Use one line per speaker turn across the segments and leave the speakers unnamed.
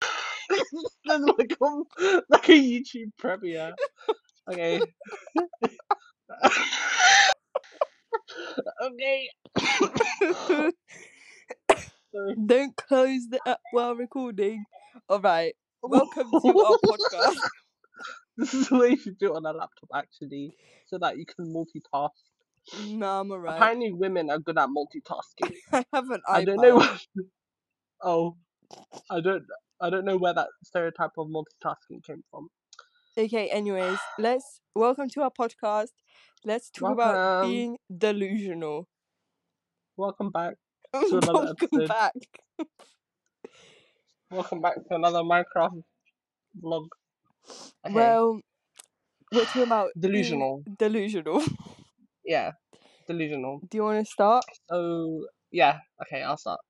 Then like um, like a YouTube premiere. Okay. okay. Sorry.
Don't close the app while recording. All right. Welcome to our podcast.
This is the way you should do it on a laptop actually, so that you can multitask.
Nah, I'm alright.
Apparently, women are good at multitasking.
I have an iPad.
I don't know. where- oh, I don't. I don't know where that stereotype of multitasking came from.
Okay, anyways, let's welcome to our podcast. Let's talk about
Welcome.
being delusional.
Welcome back. To another
Welcome
episode.
back.
Welcome back to another Minecraft vlog. Okay.
Well, we're talking about being
delusional.
delusional.
Yeah. Delusional.
Do you want to start?
So yeah, okay, I'll start.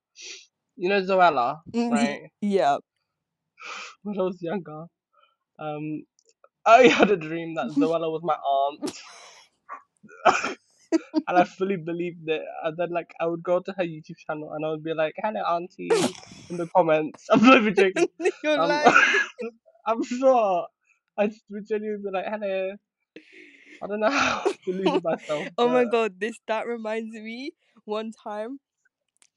You know Zoella,
Mm,
right?
Yeah.
when I was younger, um, I had a dream that Zoella was my aunt, and I fully believed it. And then like I would go to her YouTube channel and I would be like, "Hello, auntie," in the comments. I'm not even joking.
You're
Um,
lying.
I'm sure I just would genuinely be like, "Hello." I don't know how I deluded myself.
Oh my
but-
god, this that reminds me one time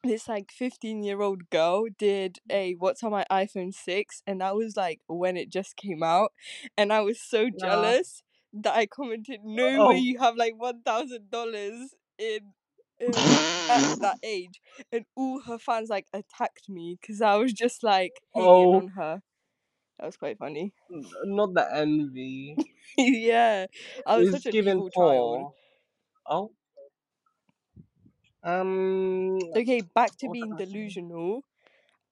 this like 15 year old girl did a what's on my iPhone 6 and that was like when it just came out and I was so
Nah.
jealous that I commented no
Oh.
way you have like $1000 in um, at that age and all her fans like attacked me cuz I was just like hating
Oh.
on her. That was quite funny.
N- Not the envy.
yeah. I was
It's
such an
given
evil child.
Paul. Oh. Um.
Okay, back to
What
being
did I say?
delusional.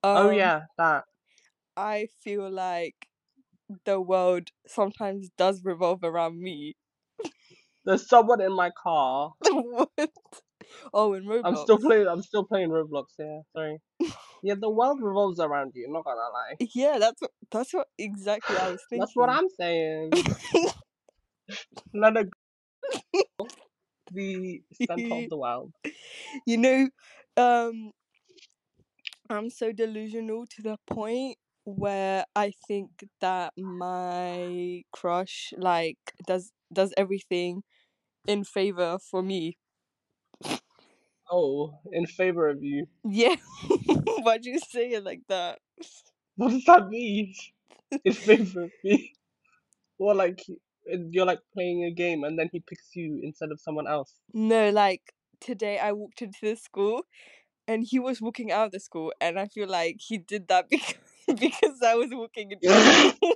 oh
Um,
yeah, that.
I feel like the world sometimes does revolve around me.
There's someone in my car.
what? Oh, in Roblox.
I'm still playing. I'm still playing Roblox. Yeah, sorry. yeah, the world revolves around you. Not gonna lie.
Yeah, that's what, that's what exactly I was thinking.
That's what I'm saying. Let a girl be center of the world.
You know, um, I'm so delusional to the point where I think that my crush like does does everything in favor for me.
Oh, in favor of you.
Yeah, why'd you say it like that?
What does that mean? In favor of me. Or like you're like playing a game and then he picks you instead of someone else.
No, like today I walked into the school and he was walking out of the school and I feel like he did that because because I was walking in front of him.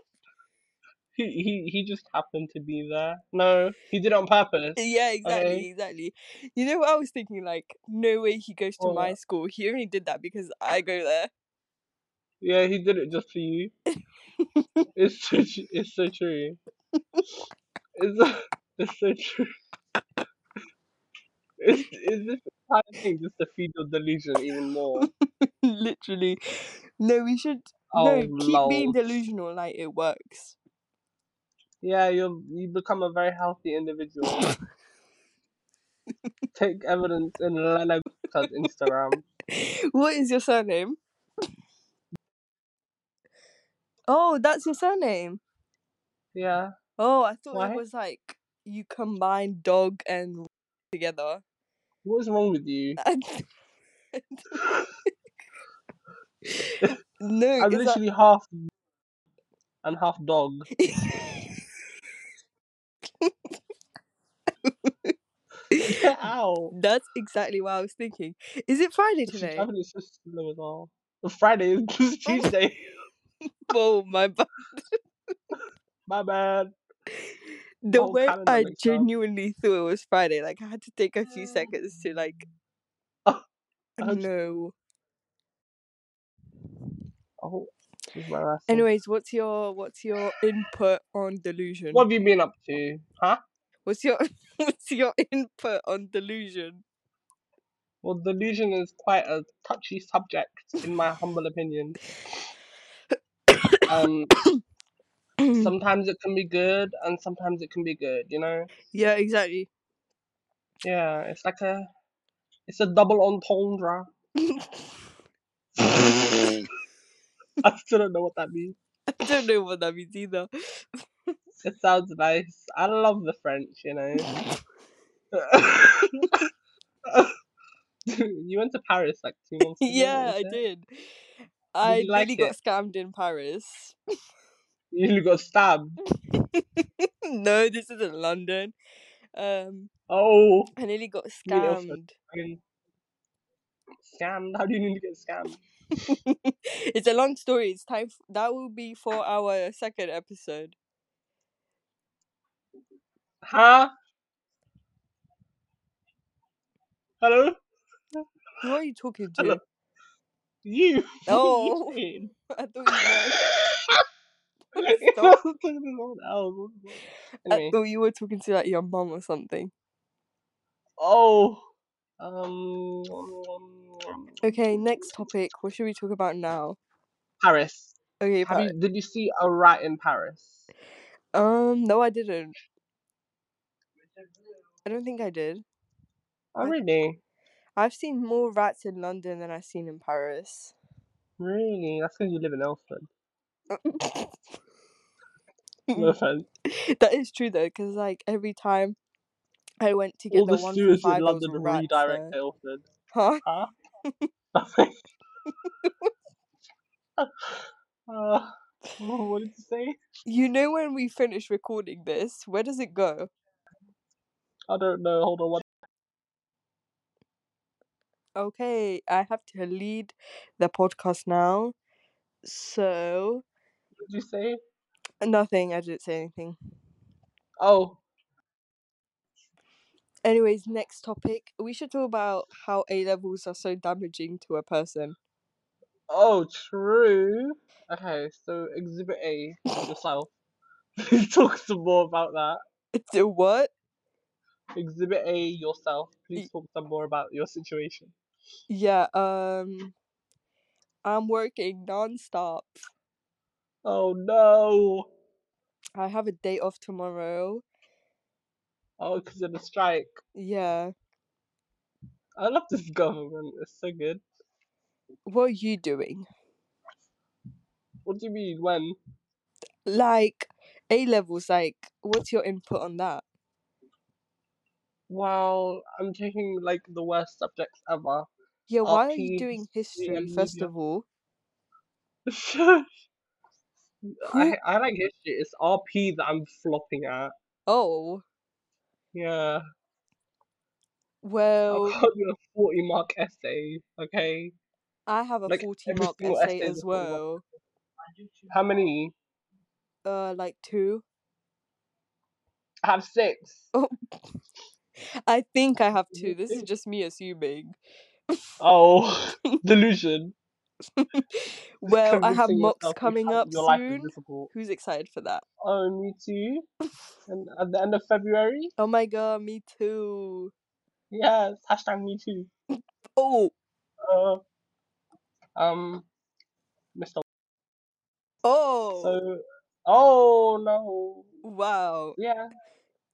He he he just happened to be there. No, he did it on purpose.
Yeah, exactly, exactly. You know what I was thinking? Like, no way he goes to my
What?
school. He only did that because I go there.
Yeah, he did it just for you. it's so tr- it's so true. It's so- it's so true. Is is this entire thing just to feed your delusion even more?
Literally. No, we should
Oh
no, keep
lol.
being delusional, like it works.
Yeah, you you become a very healthy individual. Take evidence in Lena Gupta's Instagram.
what is your surname? Oh, that's your surname.
Yeah.
Oh, I thought
Why?
it was like you combine dog and together.
What is wrong with you?
no,
I'm
it's like-
literally half and half dog. Get out.
that's exactly what I was thinking. Is it Friday
She's
today?
driving is so slow as well. The Friday is just Tuesday.
oh my bad.
My bad.
The
whole
way
calendar
I
mixed up.
genuinely thought it was Friday, like I had to take a few seconds to like.
Oh, I hope-
no.
Oh, this is my last one.
Anyways, what's your what's your input on delusion?
What have you been up to? Huh?
What's your what's your input on delusion?
Well, delusion is quite a touchy subject, in my humble opinion. Um,
Mm.
sometimes it can be good, and sometimes it can be good. You know?
yeah, exactly.
Yeah, it's like a, it's a double entendre. I still don't know what that means.
I don't know what that means either.
It sounds nice. I love the French, you know. you went to Paris like two months ago.
yeah, I
wasn't it?
did. I
you like
nearly got scammed in Paris.
You got stabbed.
no, this isn't London. Um,
Oh,
I nearly got
you mean Ilford.
scammed.
I mean, scammed. How do you need to get scammed?
it's a long story. It's time. f that will be for our second episode.
Huh? Hello?
Who are you talking
Hello?
to?
You? What are you
Oh,
saying?
I thought you meant.
It
Stop. Uh,
was talking to someone else. What the fuck?
I
Anyway.
thought you were talking to like your mum or something.
Oh. Um.
Okay, next topic. What should we talk about now?
Paris.
Okay,
Have
Paris.
you? Did you see a rat in Paris?
Um, no, I didn't. I don't think I did.
Oh,
I
really?
I've seen more rats in London than I've seen in Paris.
Really? That's because you live in Ilford. No offense.
that is true though, because like every time I went to get
All
the
the
one for
sewers in
five, there was
London
rats
redirect
there.
to Ilford.
Huh?
Huh? Oh, Uh, what did you say?
You know when we finish recording this, where does it go?
I don't know. Hold on. What?
Okay, I have to lead the podcast now. So
What did you say?
nothing. I didn't say anything.
Oh,
Anyways, next topic. We should talk about how A levels are so damaging to a person.
oh, true. Okay, so Exhibit A, yourself. Please talk some more about that.
It's a what?
Exhibit A, yourself. Please
Y-
talk some more about your situation.
Yeah. Um, I'm working nonstop.
Oh no!
I have a day off tomorrow.
Oh, because of the strike.
Yeah.
I love this government. It's so good.
What are you doing?
What do you mean? When?
Like A levels. Like, what's your input on that?
Well, I'm taking like the worst subjects ever.
Yeah. Why are you
RP,
doing
history,
history
Oh, and
first
media.
of all?
I
Who?
I like history. It's RP that I'm flopping at.
Oh.
Yeah, I
Well,
can't do a forty mark essay. Okay,
I have a
like
forty
every
mark
single
essay
essay is
as
a forty mark.
well.
How many?
Uh, like two.
I have six.
Oh, I think I have two.
You
This is
think?
just me assuming.
Oh, delusion. Just
well, I have
convincing
mocks
yourself you
coming
have
up
your life is
soon.
difficult.
Who's excited for that?
Oh, me too. And at the end of February,
Oh my god, me too.
yes. Hashtag me too.
Oh,
Uh, um, Mr.
oh,
So, oh no.
wow.
Yeah.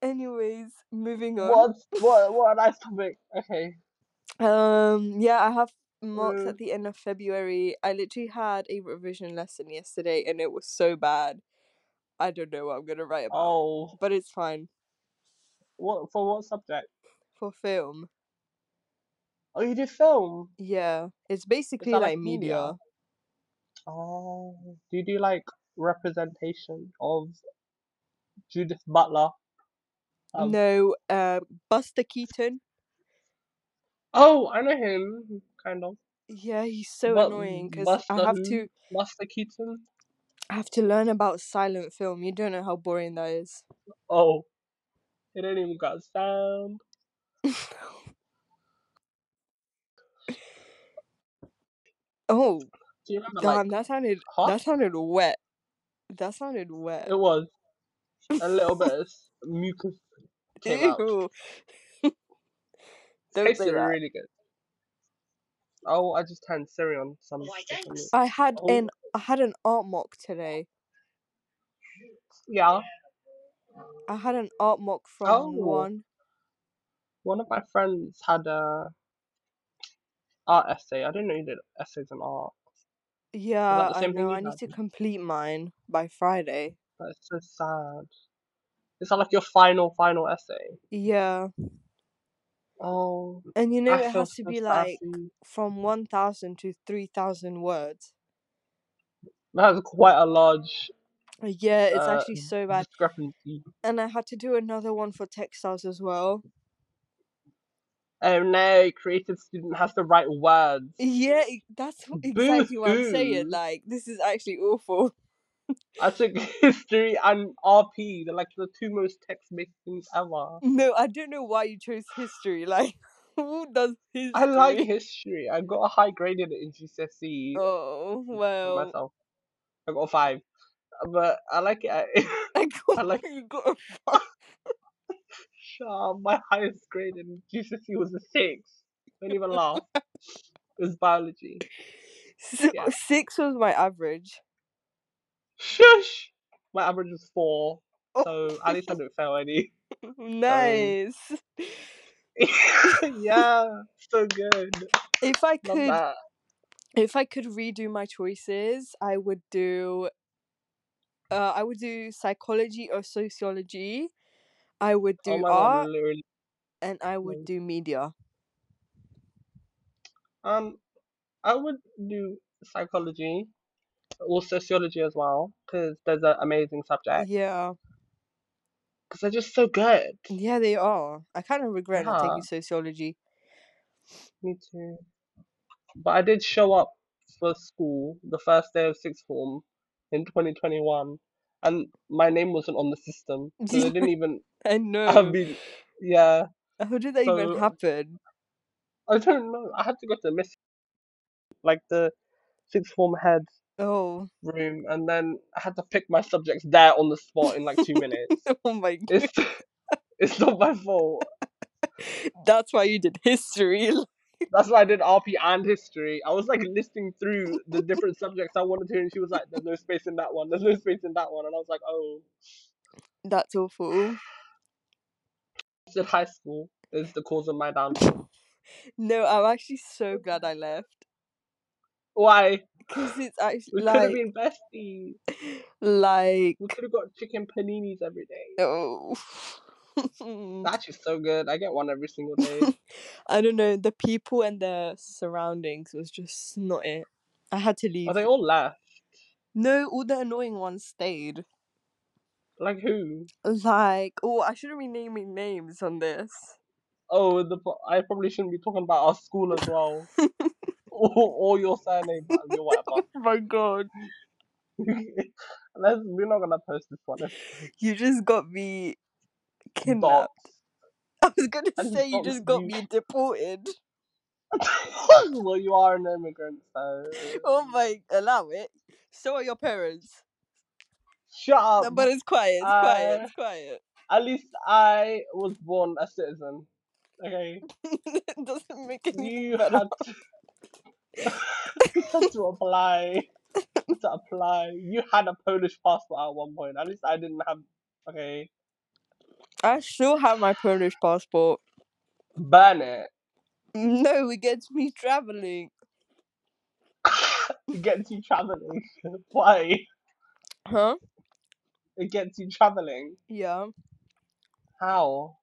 Anyways, moving on.
What? What? What a nice topic. Okay.
Um, yeah, I have mocks
Uh,
at the end of February. I literally had a revision lesson yesterday and it was so bad. I don't know what I'm gonna write about,
oh,
but it's fine
what for? What subject?
for film.
Oh, you did film.
Yeah, it's
Is
basically
that like
like
media?
media.
Oh, do you do like representation of Judith Butler? Um, Of
No, uh, Buster Keaton.
oh, I know him, kind of.
Yeah, he's so
But
annoying because I
Buster
have
who?
to
Buster Keaton?
I have to learn about silent film. You don't know how boring that is.
Oh, it ain't even got sound.
oh,
Do you remember like
damn! That sounded
huh?
that sounded wet. That sounded
It
wet.
was a little bit of s- mucus came out.
Ew! Don't say
Tasted
that.
really good. Oh, I just turned Siri on some for some reason.
I had
Oh,
an I had an art mock today.
yeah.
I had an art mock from
Oh,
one.
one of my friends had a art essay. I didn't know you did essays on art.
Yeah,
the
I
same thing
know.
you
I need
had?
to complete mine by Friday.
That's so sad. It's not like your final, final essay.
Yeah.
Oh,
And you know
I
it
feel
has to
so
be
sad
like
for you.
from 1000 to 3000 words.
That's quite a large
Uh, Yeah, it's
uh,
actually so bad.
discrepancy.
And I had to do another one for textiles as well.
Oh no, creative student has to write words.
Yeah, e- that's wh-
Boo
exactly what I'm saying.
hoo!
Like, this is actually awful.
I took history and RP. They're like the two most text-based things ever.
No, I don't know why you chose history. Like, who does
I like
history?
history. I got a high grade in it in GCSE
Oh,
for
well.
myself. I got a five, but I like it. at-
I got,
I like
you got a five.
Shah. My highest grade in GCSE E was a six. Don't even laugh. It was biology.
So,
Yeah.
six was my average.
Shush. My average was four,
Oh,
so at least I didn't fail any. So
nice.
yeah, so good.
If I
Love
could,
that.
if I could redo my choices, I would do. Uh, I would do psychology or sociology. I would
Oh
do
my god,
art,
literally.
and I would
no.
do media.
Um, I would do psychology or sociology as well because those are amazing subjects.
Yeah,
Because they're just so good.
yeah, they are. I kind of regret not
Yeah,
taking sociology.
me too. But I did show up for school the first day of sixth form in 2021, and my name wasn't on the system, so they didn't even
I
have
know.
me. Yeah,
How did that even
so
happen?
I don't know. I had to go to Miss like the sixth form head
Oh,
room, and then I had to pick my subjects there on the spot in like two minutes.
oh my god,
It's it's not my fault.
that's why you did history.
That's why I did RP and history. I was like listing through the different subjects I wanted to, and she was like, "There's no space in that one. There's no space in that one." And I was like, "Oh,
That's awful.
it's in high school is the cause of my downfall."
No, I'm actually so glad I left
Why?
because it's actually
We could have
like,
been besties. We
like,
could have got chicken paninis every day.
oh,
They're actually so good. I get one every single day.
I don't know. The people and the surroundings was just not it. I had to
Are
leave.
they all left?
No, all the annoying ones stayed.
Like who?
Like, oh, I shouldn't be naming names on this.
Oh, the po- I probably shouldn't be talking about our school as well, or, or your surname, but your whatever.
oh my god.
Let's, we're not gonna post this one. It's
You just got me kidnapped.
doxed.
I was gonna
I just
say, you
doxed
just got
you.
me deported.
well, you are an immigrant, so
Oh my, allow it. So are your parents.
shut up.
No, but it's quiet, it's quiet,
Um, Uh,
it's quiet.
at least I was born a citizen. Okay,
it doesn't make it even
you
better.
had to, you had to apply to apply. You had a Polish passport at one point. At least I didn't have. Okay,
I still have my Polish passport.
burn it.
No, it gets me traveling.
it gets you traveling. Why?
Huh?
It gets you traveling.
Yeah.
How?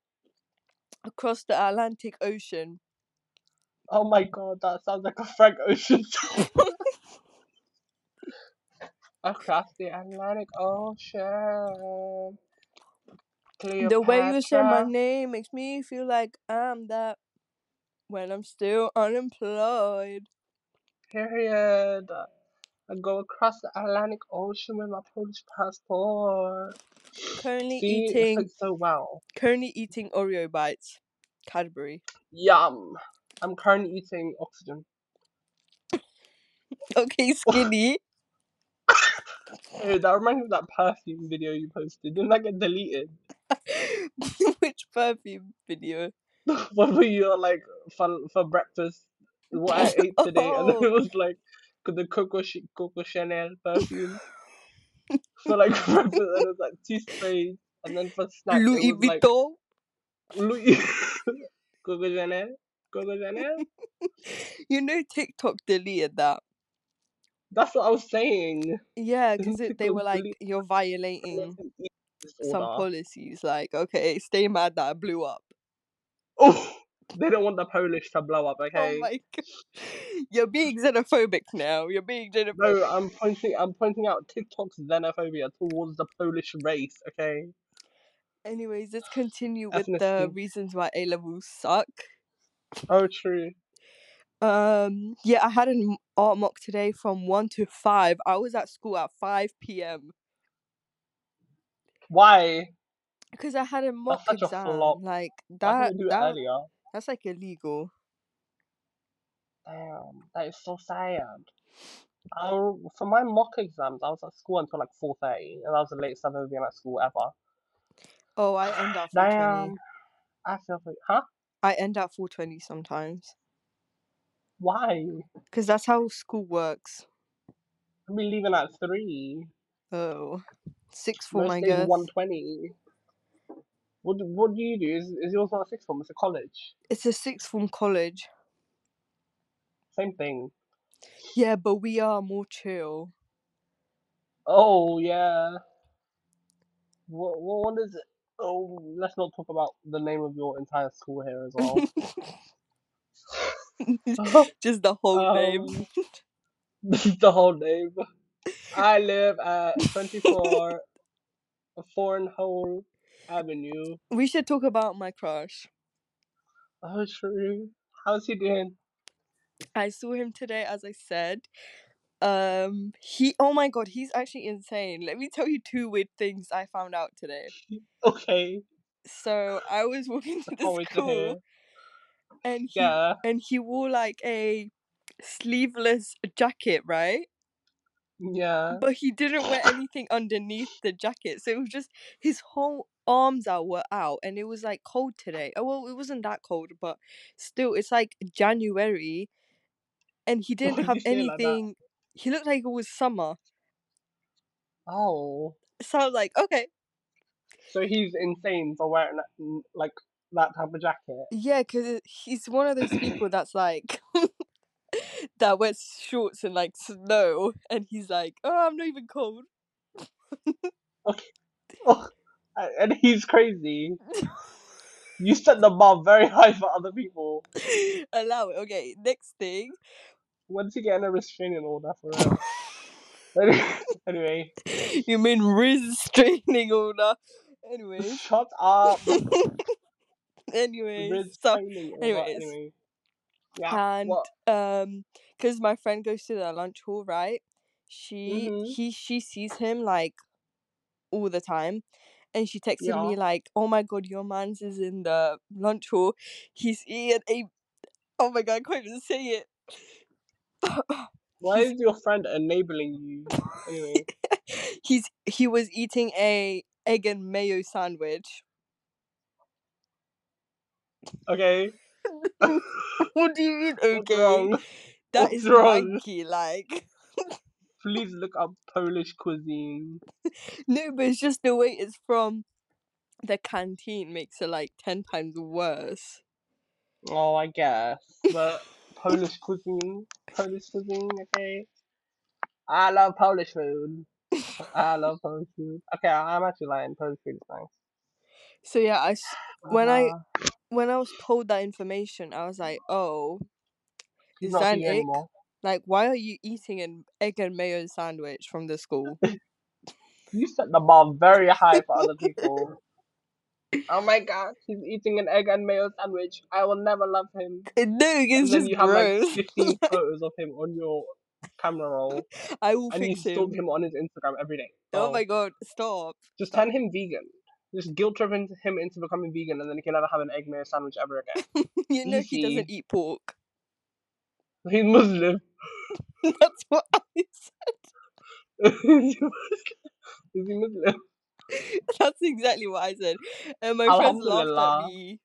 Across the Atlantic Ocean.
Oh my god, that sounds like a Frank Ocean song. Across the Atlantic Ocean,
the way you say my
Cleopatra.
name makes me feel like I'm that when I'm still unemployed.
Period. I go across the Atlantic Ocean with my Polish passport.
Currently
See, it
eating
fits so well.
currently eating Oreo bites. Cadbury.
Yum. I'm currently eating oxygen.
Okay, skinny.
Hey, that reminds me of that perfume video you posted. Didn't that get deleted?
Which perfume video?
What were you like for for breakfast? What I ate today, and then
oh
it was like the Coco Ch- Coco Chanel perfume for like breakfast, and it was like two sprays, and then for snack it
Louis
was like
Vuitton.
Louis Coco Chanel, Coco Chanel.
you know TikTok deleted that.
That's what I was saying.
Yeah,
These
because they
people
were like,
believe
you're
in
violating
an eating
Mm. some
disorder.
policies. Like, okay, stay mad that I blew up.
Oh, they don't want the Polish to blow up.
Oh
Okay.
my god, you're being xenophobic now. You're being xenophobic.
No, I'm pointing. I'm pointing out TikTok's xenophobia towards the Polish race. Okay.
Anyways, let's continue with the
Ethnicity.
reasons why A levels suck.
Oh, true.
Um, yeah, I had an art mock today from one to five. I was at school at five p.m.
Why?
because I had a
That's
mock
such a
exam.
flop.
Like
Why didn't
that,
you do it
that
earlier?
that's like illegal.
Damn, that is so sad. I, w- for my mock exams, I was at school until like four thirty, and I was the latest I've ever been at school ever.
Oh, I end at four twenty.
Damn, I feel like, huh?
I end at four twenty sometimes
Why?
because that's how school works.
I'll be leaving at three.
Oh, six for
Most
my
days one
girls.
twenty. What do- What do you do? Is is yours not a sixth form? It's a college.
It's a sixth form college.
Same thing.
Yeah, but we are more chill.
Oh yeah. What What is it? Oh, let's not talk about the name of your entire school here as well.
Just the whole name.
um, the whole name. I live at twenty four Thorn Hole Avenue.
we should talk about my crush.
Oh, true. How's he doing?
I saw him today, as I said. Um, he. Oh my god, he's actually insane. Let me tell you two weird things I found out today.
Okay.
So I was walking
I
to the
can't wait to
school,
hear.
and he
Yeah.
and he wore like a sleeveless jacket, right?
Yeah.
But he didn't wear anything underneath the jacket, so it was just his whole arms out were out, and it was like cold today. Oh well, it wasn't that cold, but still, it's like January, and he didn't
Why do
have
you say it like that?
anything. He looked like it was summer.
Oh.
So I was like, okay,
So he's insane for wearing that, n- like that type of jacket.
yeah, because he's one of those people that's like that wears shorts and like snow, and he's like, oh, I'm not even cold.
Okay. Oh. a- And he's crazy. You set the bar very high for other people.
Allow it. Okay, next thing.
When's he getting a restraining order for real? Anyway,
you mean restraining order? Anyways,
shut up.
anyways, so,
Restraining order.
anyways,
Anyway, yeah.
and
What?
um, because my friend goes to the lunch hall, right? She
Mhm.
he she sees him like all the time, and she texted
Yeah.
me like, "Oh my god, your man's is in the lunch hall. He's eating a oh my god, I can't even say it.
Why
He's
is your friend enabling you? Anyway,
he's he was eating a egg and mayo sandwich.
okay.
what do you mean?
What's
Okay,
wrong?
that
What's
is
wrong?
wanky. Like
Please look up Polish cuisine.
no, but it's just the way it's from the canteen makes it like ten times worse.
Oh, I guess. But Polish cuisine, Polish cuisine. Okay. I love Polish food. I love Polish food. Okay, I- I'm actually lying. Polish food is nice.
so yeah, I s- when I
Uh,
when I was told that information, I was like, oh,
he's
is
not
that
for
an
you
egg?
anymore.
Like, why are you eating an egg and mayo sandwich from the school?
You set the bar very high for other people. Oh my god, he's eating an egg and mayo sandwich. I will never love him.
no, it's
and then
just
you have like
gross.
15 photos of him on your camera roll,
I will
and you
fix
stalk
him.
him on his Instagram every day.
Oh
Bro,
my god, stop,
just
stop.
turn him vegan. Just guilt trip him him into becoming vegan, and then he can never have an egg mayo sandwich ever again.
you know he doesn't
Easy.
eat pork.
He's Muslim.
That's what I said.
Is he Muslim?
That's exactly what I said. And my friends laughed at
Alhamdulillah.
me.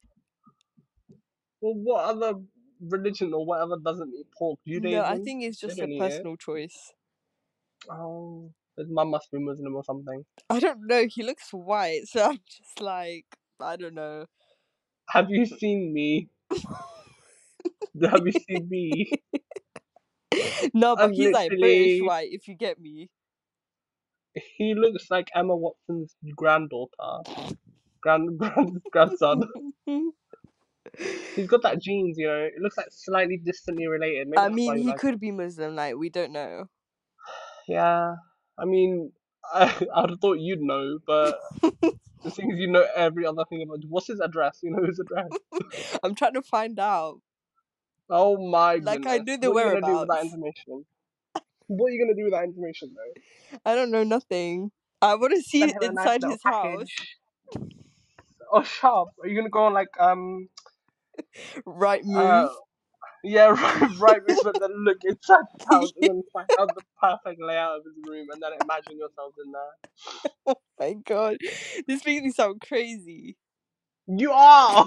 Well, what other religion or whatever doesn't eat pork?
No, I
Judaism?
think it's
They
just a
don't eat it.
personal choice.
Oh, his mum must be Muslim or something.
I don't know. He looks white, so I'm just like, I don't know.
Have you seen me? Have you seen me?
no, but
I've
he's like British
literally-
white, if you get me.
He looks like Emma Watson's granddaughter, grand, grand grandson. He's got that genes, you know. It looks like slightly distantly related. Maybe
I
that's why
mean,
you
he
like
could be Muslim, like, we don't know.
Yeah, I mean, I I'd have thought you'd know, but the thing is, you know every other thing about. What's his address? You know his address.
I'm trying to find out.
Oh my
Like,
goodness!
I knew the
what are you gonna do with that
whereabouts.
information? What are you gonna do with that information, though?
I don't know nothing. I want to see
Send him a nice
inside
little
his house.
package. Oh, sharp! Are you gonna go on like um
Right
uh
move.
yeah right right move, but then look inside his house and then find out the perfect layout of his room and then imagine yourself in there.
oh my god. This makes me sound crazy.
You are.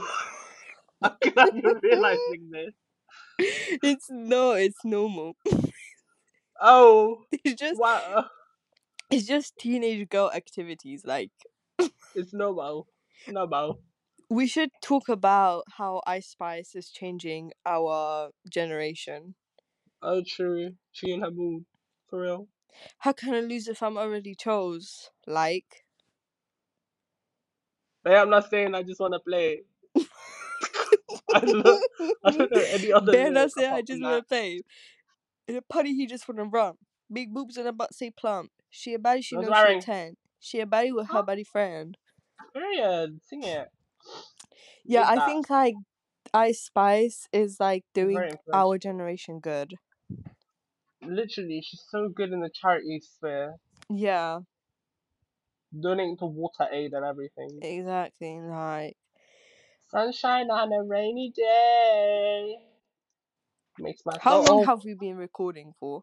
I'm glad you're realizing this.
it's no, it's normal.
Oh,
It's just
wow.
it's just teenage girl activities. Like
It's normal. Normal.
we should talk about how Ice Spice is changing our generation.
Oh, true. She and her boo. For real.
How can I lose if I'm already chose? Like
Hey, I'm not saying I just want to play. I don't, I don't know any other
Bear
lyric
not say I
apart
just
from
wanna
that.
play. In a putty he just wanna run. Big boobs and a butt say plump. She a body she
I was
knows she a
wearing.
ten. She a body with her
Huh?
body friend.
Period. Sing it.
Yeah,
Give
I
that.
think like Ice Spice is like
She's
doing
very influential.
our generation good.
Literally, she's so good in the charity sphere,
Yeah,
donating to water aid and everything.
Eh. exactly. Like
Sunshine on a rainy day makes my
how
soul.
long
Oh,
have we been recording for?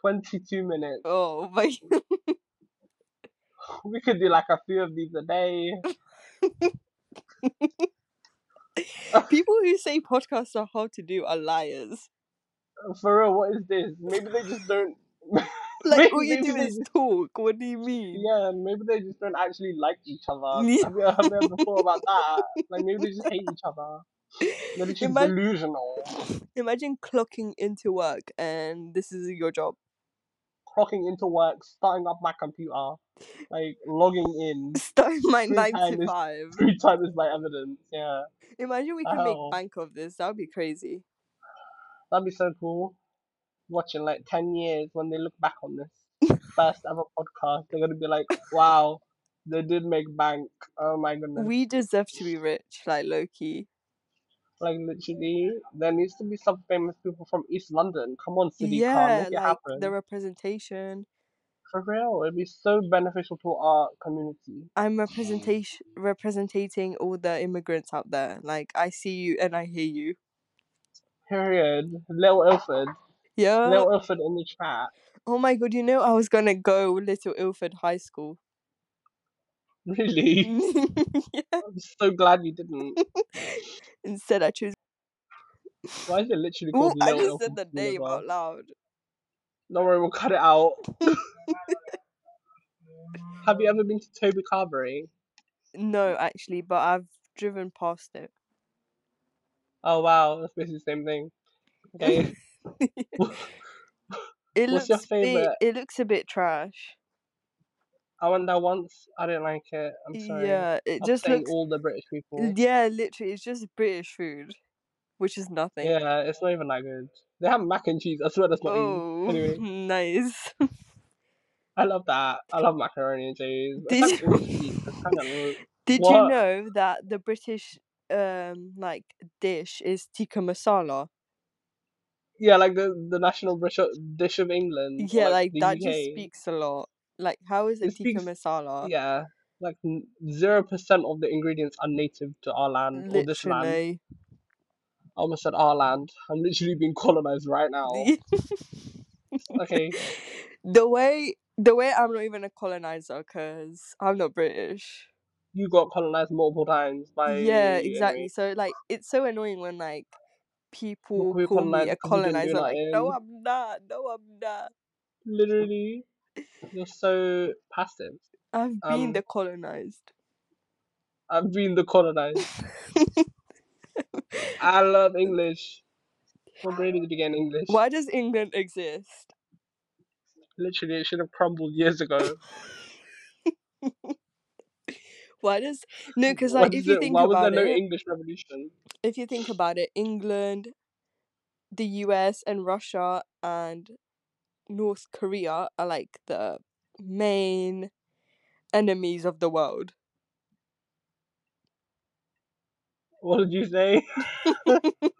22 minutes.
Oh my
We could do like a few of these a day.
people who say podcasts are hard to do are liars.
Uh, For real, what is this? Maybe they just don't.
Like
maybe,
all you
maybe
do
they
is
just
talk. What do you mean?
yeah. Maybe they just don't actually like each other.
Yeah.
Have you have you ever thought about that? Like maybe they just hate each other. They're literally
Imagine,
delusional,
imagine clocking into work and this is your job.
clocking into work, starting up my computer, like logging in.
Starting my
Free
nine to
time is
five.
free time is my evidence. Yeah.
Imagine we can make
Oh,
bank of this. That would be crazy.
that'd be so cool. Watching like ten years when they look back on this first ever podcast, they're gonna be like, wow. They did make bank. Oh my goodness.
We deserve to be rich, like Loki.
Like literally, there needs to be some famous people from East London. Come on, City Car,
Yeah,
make it
like the
happen.
representation.
For real, it'd be so beneficial to our community.
I'm representation representing all the immigrants out there. Like I see you and I hear you.
Period. Little Ilford,
Yeah.
Little
Uh,
Ilford in the chat.
Oh my god, you know I was gonna go Little Ilford High School.
Really,
yeah.
I'm so glad you didn't.
Instead I chose
Why is it literally
Oh,
called
I
Little
just said
Ilford
the
School as
name out
well?
loud.
Don't worry, we'll cut it out. Have you ever been to Toby Carvery?
no, actually, but I've driven past it.
Oh wow, that's basically the same thing. Okay,
it
what's your
looks bit
favorite?
it looks a bit trash.
I went there once. I didn't like it. I'm sorry.
Yeah, it just
Upsetting
looks
all the British people.
yeah, literally it's just British food, which is nothing.
Yeah, it's not even that good. They have mac and cheese. I swear that's not even.
Oh,
Anyway,
nice.
I love that. I love macaroni and cheese. It's
Did
like
you
English pizza. Kind of
did you
what?
know that the British um like dish is tikka masala?
Yeah, like the the national British dish of England or
Yeah,
Mm, like
like
the
that just
UK.
speaks a lot. Like, how is
It
it tikka
speaks.
masala?
Yeah, like zero percent of the ingredients are native to our land or this land.
Literally,
I almost said our land. I'm literally being colonized right now.
the
Okay,
the way the way I'm not even a colonizer because I'm not British.
you got colonized multiple times by
Yeah,
anyway.
exactly. So like, it's so annoying when like
Look,
people
we
call me
colonized
a
because you didn't do
colonizer. Like, no,
nothing.
I'm not. No, I'm not.
Literally, you're so passive.
I've been
Um,
the colonized.
I've been the colonized. I love English. What grade did you get in English?
Why does England exist?
Literally, it should have crumbled years ago.
Why does no? Because
Why,
like
does
if you
it,
think
why was there
about
no
it,
English Revolution?
if you think about it, England, the U.S. and Russia and North Korea are like the main enemies of the world.
What did you say?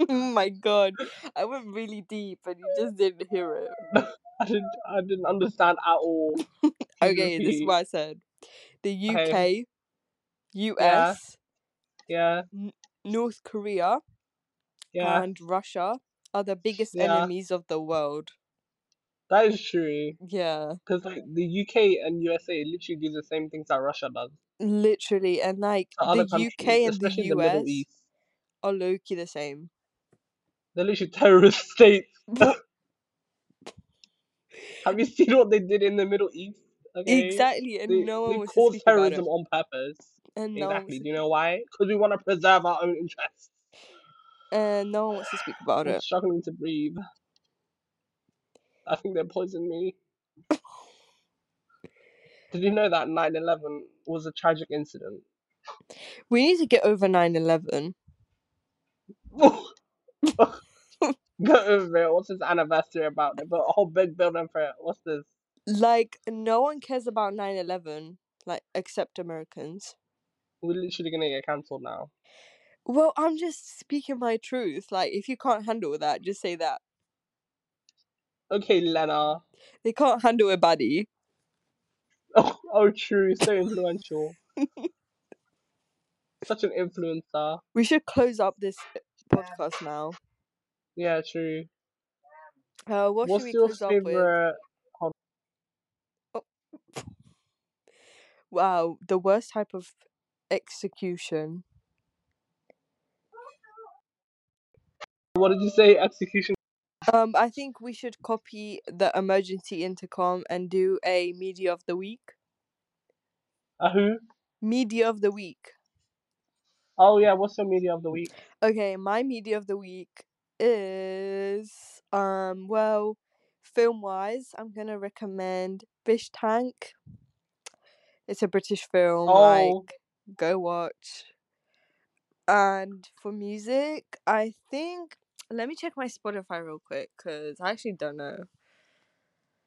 oh my god, I went really deep and you just didn't hear it.
I didn't, I didn't understand at all. Please
Okay, this is
repeat.
what I said. The
Okay.
UK,
Yeah,
US,
yeah,
N- North Korea,
yeah,
and Russia are the biggest
yeah.
enemies of the world.
That is true.
Yeah,
Because like the UK and USA literally do the same things that Russia does
literally. And like
to
the
other countries,
UK and the
especially the Middle
US
East.
are low key the same.
They're literally terrorist states.
What
Have you seen what they did in the Middle East? Okay,
exactly? And
they
no one
they
wants to
caused
speak about it.
terrorism on purpose.
And no one wants
Exactly.
to,
Do you know why? Because we want to preserve our own interests.
and no one wants to speak about
I'm
it.
struggling to breathe. I think they poisoned me. Did you know that 9/11 was a tragic incident?
We need to get over 9/11.
Go over it. What's this anniversary about? They built a whole big building for it. What's this?
Like no one cares about 9/11 like except Americans.
We're literally gonna get cancelled now.
Well, I'm just speaking my truth. Like if you can't handle that, just say that.
Okay, Lena.
They can't handle a buddy.
Oh, oh, true. So influential. Such an influencer.
We should close up this uh, podcast now.
Yeah, true.
Uh, what should
What's
we
your
close up with?
favorite?
Oh, wow, the worst type of execution.
What did you say? Execution.
Um, I think we should copy the emergency intercom and do a media of the week.
Uh, who?
Media of the week.
Oh yeah. What's your media of the week?
Okay, my media of the week is um well, film wise, I'm gonna recommend Fish Tank. It's a British film. Like,
Oh,
go watch. And for music, I think let me check my Spotify real quick because I actually don't know.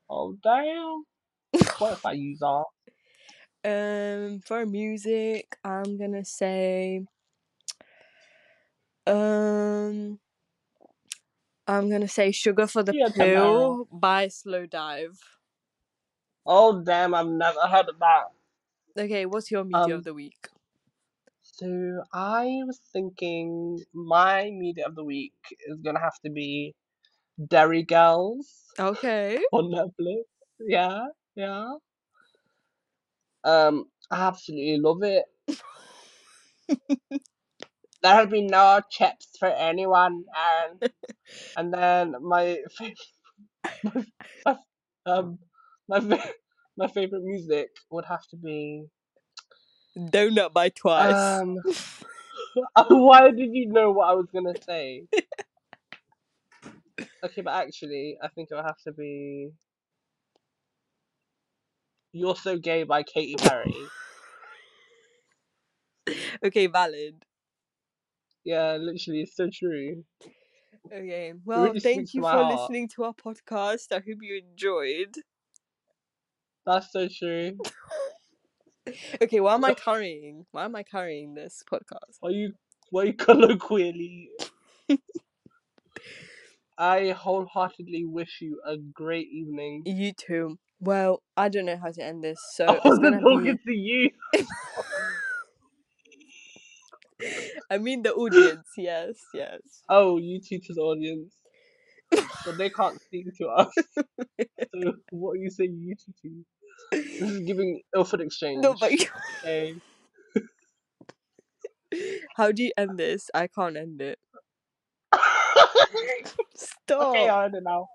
oh damn. Spotify user.
um, for music, I'm gonna say um, I'm gonna say "Sugar for the
Tia Tamara.
Pill" by Slow Dive.
Oh damn. I've never heard of that.
Okay, what's your media of
Um.
the week?
So I was thinking my media of the week is gonna have to be Derry Girls
Okay.
on Netflix. Yeah, yeah. Um, I absolutely love it. There have been no chips for anyone, Aaron. And then my favorite, um, my fa- my favorite music would have to be
Donut by Twice.
um. uh, Why did you know what I was gonna say? Okay, but actually, I think it would have to be "You're So Gay" by Katy Perry.
okay, valid.
Yeah, literally, it's so true.
Okay.
It
Well,
really
thank
speaks to
you
my
for
heart.
listening to our podcast. I hope you enjoyed.
That's so true.
Okay, why am I carrying? Why am I carrying this podcast?
Are you, why you colloquially? I wholeheartedly wish you a great evening.
You too. Well, I don't know how to end this,
I
so it's
wasn't
gonna
talking to
be.
you.
I mean, the audience. Yes, yes.
Oh, you two to the audience, but they can't speak to us. So what you say, you two to? This is giving Ilford
No,
exchange.
but
Okay.
how do you end this?
okay,
I can't end it.
I
Stop.
heard it now.